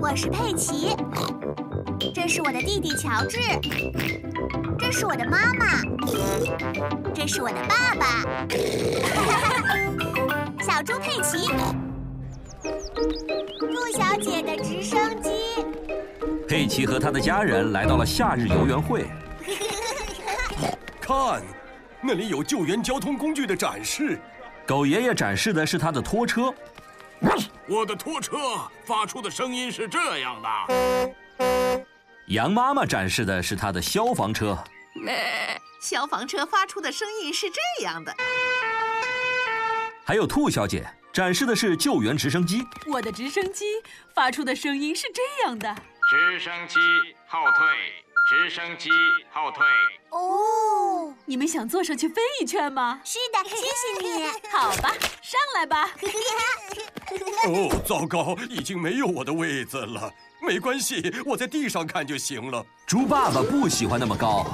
我是佩奇，这是我的弟弟乔治，这是我的妈妈，这是我的爸 爸，小猪佩奇，兔小姐的直升机。佩奇和他的家人来到了夏日游园会。 看，那里有救援交通工具的展示。狗爷爷展示的是他的拖车，我的拖车发出的声音是这样的。羊妈妈展示的是他的消防车，消防车发出的声音是这样的。还有兔小姐展示的是救援直升机。我的直升机发出的声音是这样的。直升机后退，直升机后退。哦，你们想坐上去飞一圈 吗？是的，谢谢你。 好吧，上来吧。哦，糟糕，已经没有我的位子了。没关系，我在地上看就行了。猪爸爸不喜欢那么高，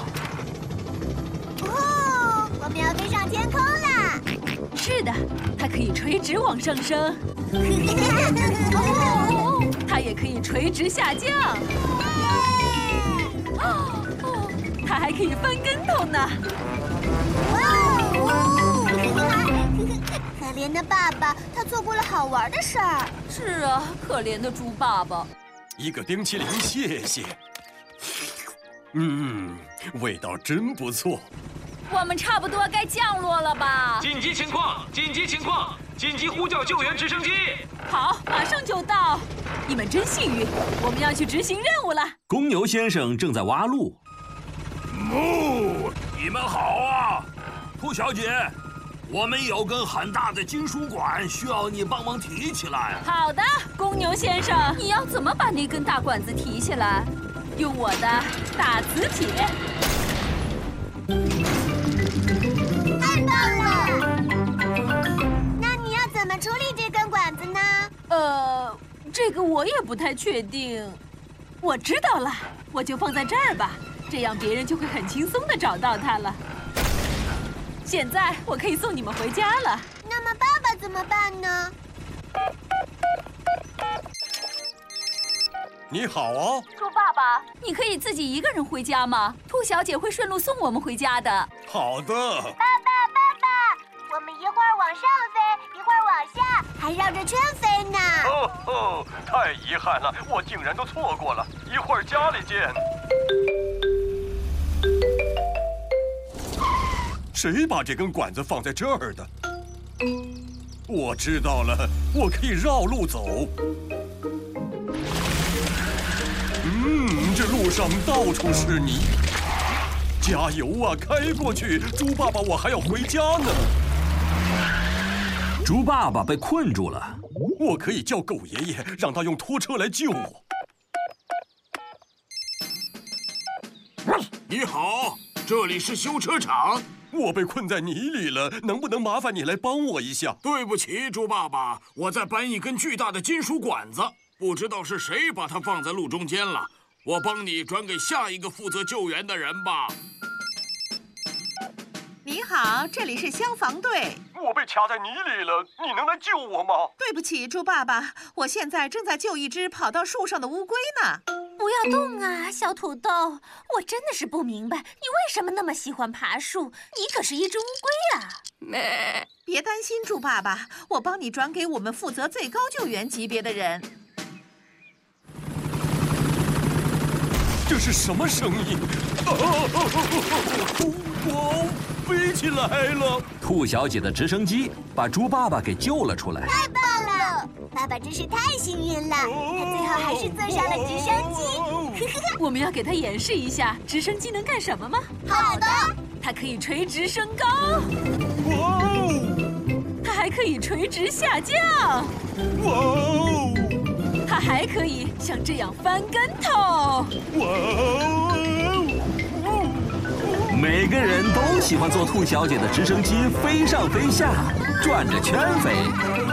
哦，我们要飞上天空啦！ 是的，它可以垂直往上升，哦它也可以垂直下降， 哦哦它还可以翻跟头呢。哇哦！可怜的爸爸，他错过了好玩的事儿。是啊，可怜的猪爸爸。一个冰淇淋，谢谢。嗯，味道真不错。我们差不多该降落了吧？紧急情况！紧急情况！紧急呼叫救援直升机！好，马上就到。你们真幸运，我们要去执行任务了。公牛先生正在挖路，哦，你们好啊，兔小姐，我们有根很大的金属管需要你帮忙提起来。好的，公牛先生，你要怎么把那根大管子提起来？用我的大磁铁。太棒了！那你要怎么处理这根管子呢？呃，这个我也不太确定。我知道了，我就放在这儿吧，这样别人就会很轻松的找到它了。现在我可以送你们回家了。那么爸爸怎么办呢？你好啊，猪爸爸，你可以自己一个人回家吗？兔小姐会顺路送我们回家的。 好的。爸爸，爸爸，我们一会儿往上飞，一会儿往下，还绕着圈飞呢。哦哦，太遗憾了，我竟然都错过了。一会儿家里见。 谁把这根管子放在这儿的？我知道了，我可以绕路走。嗯，这路上到处是泥。加油啊，开过去！猪爸爸，我还要回家呢。猪爸爸被困住了。我可以叫狗爷爷，让他用拖车来救我。你好，这里是修车厂。我被困在泥里了，能不能麻烦你来帮我一下？对不起，猪爸爸，我在搬一根巨大的金属管子，不知道是谁把它放在路中间了。我帮你转给下一个负责救援的人吧。你好，这里是消防队。我被卡在泥里了，你能来救我吗？对不起，猪爸爸，我现在正在救一只跑到树上的乌龟呢。不要动啊，小土豆！我真的是不明白，你为什么那么喜欢爬树？你可是一只乌龟啊！别担心，猪爸爸，我帮你转给我们负责最高救援级别的人。这是什么声音？啊啊啊啊啊！我飞起来了！兔小姐的直升机把猪爸爸给救了出来。太棒了！爸爸真是太幸运了，他最后还是坐上了直升机。机。我们要给他演示一下直升机能干什么吗？好的，它可以垂直升高，哇哦！它还可以垂直下降，哇哦！它还可以像这样翻跟头。哇哦！每个人都喜欢坐兔小姐的直升机飞上飞下，转着圈飞。